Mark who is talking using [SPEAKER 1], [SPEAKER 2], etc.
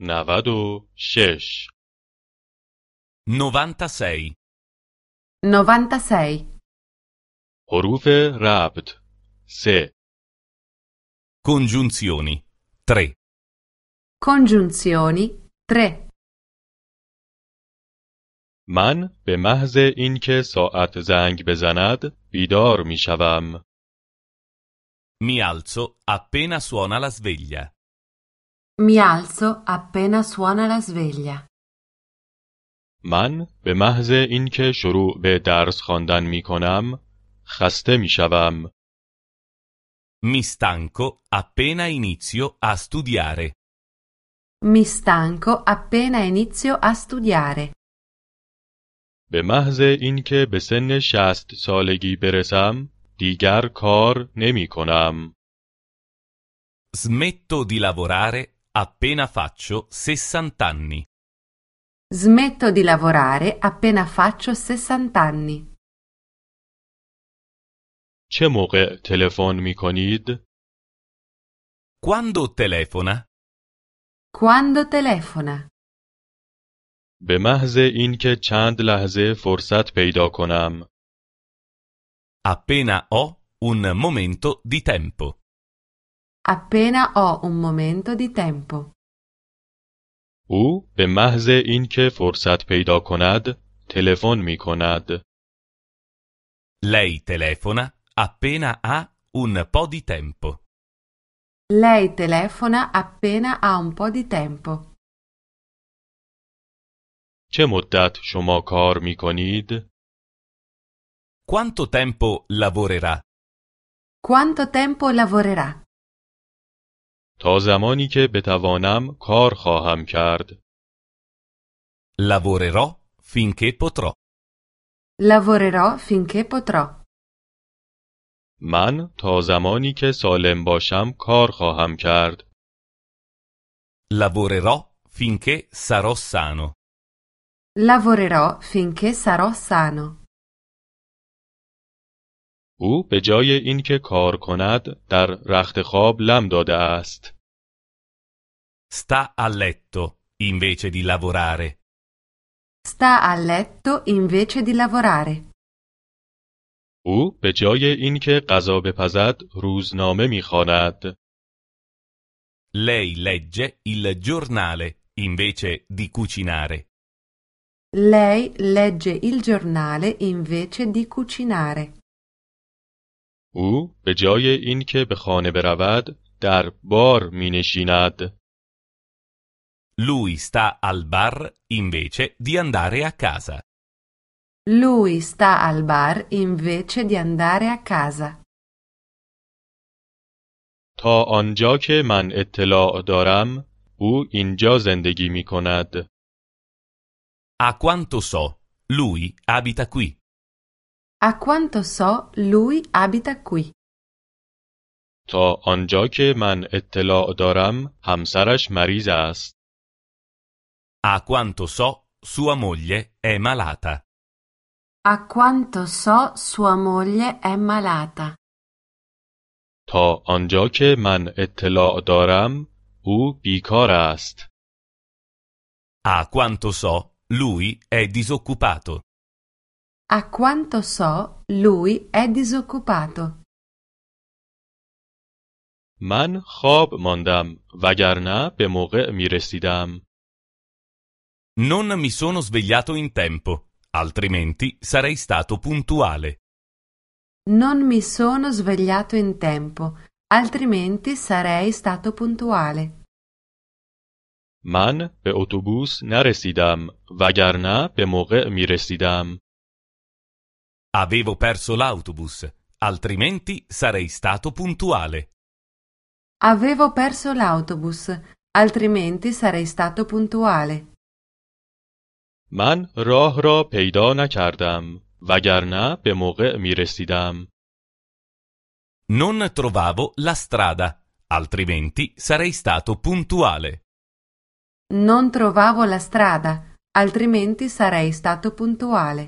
[SPEAKER 1] نود و شش
[SPEAKER 2] 96.
[SPEAKER 3] 96.
[SPEAKER 1] حروف ربط سه
[SPEAKER 2] Congiunzioni. 3.
[SPEAKER 3] Congiunzioni 3.
[SPEAKER 1] من به محض اینکه ساعت زنگ بزند بیدار می شوم.
[SPEAKER 2] Mi alzo appena suona la sveglia.
[SPEAKER 3] Mi alzo appena suona la sveglia.
[SPEAKER 1] من به محض اینکه شروع به درس خواندن می کنم خسته می شوم.
[SPEAKER 2] Mi stanco appena inizio a studiare.
[SPEAKER 3] Mi stanco appena inizio a studiare.
[SPEAKER 1] به محض اینکه به سن شست سالگی برسم دیگر کار نمی کنم.
[SPEAKER 2] Smetto di lavorare appena faccio 60 anni.
[SPEAKER 3] Smetto di lavorare appena faccio 60 anni.
[SPEAKER 1] چه موقع تلفن می کنید؟
[SPEAKER 2] Quando telefona?
[SPEAKER 3] Quando telefona?
[SPEAKER 1] به محض اینکه چند لحظه فرصت پیدا کنم.
[SPEAKER 2] Appena ho un momento di tempo.
[SPEAKER 3] Appena ho un momento di tempo.
[SPEAKER 1] او به محض اینکه فرصت پیدا کند تلفن می کند.
[SPEAKER 2] Lei telefona appena ha un po' di tempo.
[SPEAKER 3] Lei telefona appena ha un po' di tempo.
[SPEAKER 1] چه مدت شما کار می کنید؟
[SPEAKER 2] Quanto tempo lavorerà?
[SPEAKER 3] Quanto tempo lavorerà?
[SPEAKER 1] تا زمانی که بتوانم کار خواهم کرد.
[SPEAKER 2] Lavorerò finché potrò.
[SPEAKER 3] Lavorerò finché potrò.
[SPEAKER 1] من تا زمانی که سالم باشم کار خواهم کرد.
[SPEAKER 2] Lavorerò finché sarò sano.
[SPEAKER 3] Lavorerò finché sarò sano.
[SPEAKER 1] او به جای اینکه کار کند در رخت خواب لم داده است.
[SPEAKER 2] Sta a letto invece di lavorare.
[SPEAKER 3] Sta a letto invece di lavorare.
[SPEAKER 1] او به جای اینکه غذا بپزد روزنامه میخواند.
[SPEAKER 2] Lei legge il giornale invece di cucinare.
[SPEAKER 3] Lei legge il giornale invece di cucinare.
[SPEAKER 1] او به جای اینکه به خانه برود در بار مینشیند.
[SPEAKER 2] Lui sta al bar invece di andare a casa.
[SPEAKER 3] Lui sta al bar invece di andare a casa.
[SPEAKER 1] تا آنجا که من اطلاع دارم او اینجا زندگی می کند.
[SPEAKER 2] A quanto so, lui abita qui.
[SPEAKER 3] A quanto so, lui abita qui.
[SPEAKER 1] تا آنجا که من اطلاع دارم همسرش مریض است.
[SPEAKER 2] A quanto so, sua moglie è malata.
[SPEAKER 3] A quanto so, sua moglie è malata.
[SPEAKER 1] تا آنجا که من اطلاع دارم او بیکار است.
[SPEAKER 2] A quanto so, lui è disoccupato.
[SPEAKER 3] A quanto so, lui è disoccupato.
[SPEAKER 1] من خواب ماندم وگرنه به موقع می رسیدم.
[SPEAKER 2] Non mi sono svegliato in tempo, altrimenti sarei stato puntuale.
[SPEAKER 3] Non mi sono svegliato in tempo, altrimenti sarei stato puntuale.
[SPEAKER 1] من به اتوبوس نرسیدم وگرنه به موقع می رسیدم.
[SPEAKER 2] Avevo perso l'autobus, altrimenti sarei stato puntuale.
[SPEAKER 3] Avevo perso l'autobus, altrimenti sarei stato puntuale.
[SPEAKER 1] من راه را پیدا نکردم وگرنه به موقع می رسیدم.
[SPEAKER 2] Non trovavo la strada, altrimenti sarei stato puntuale.
[SPEAKER 3] Non trovavo la strada, altrimenti sarei stato puntuale.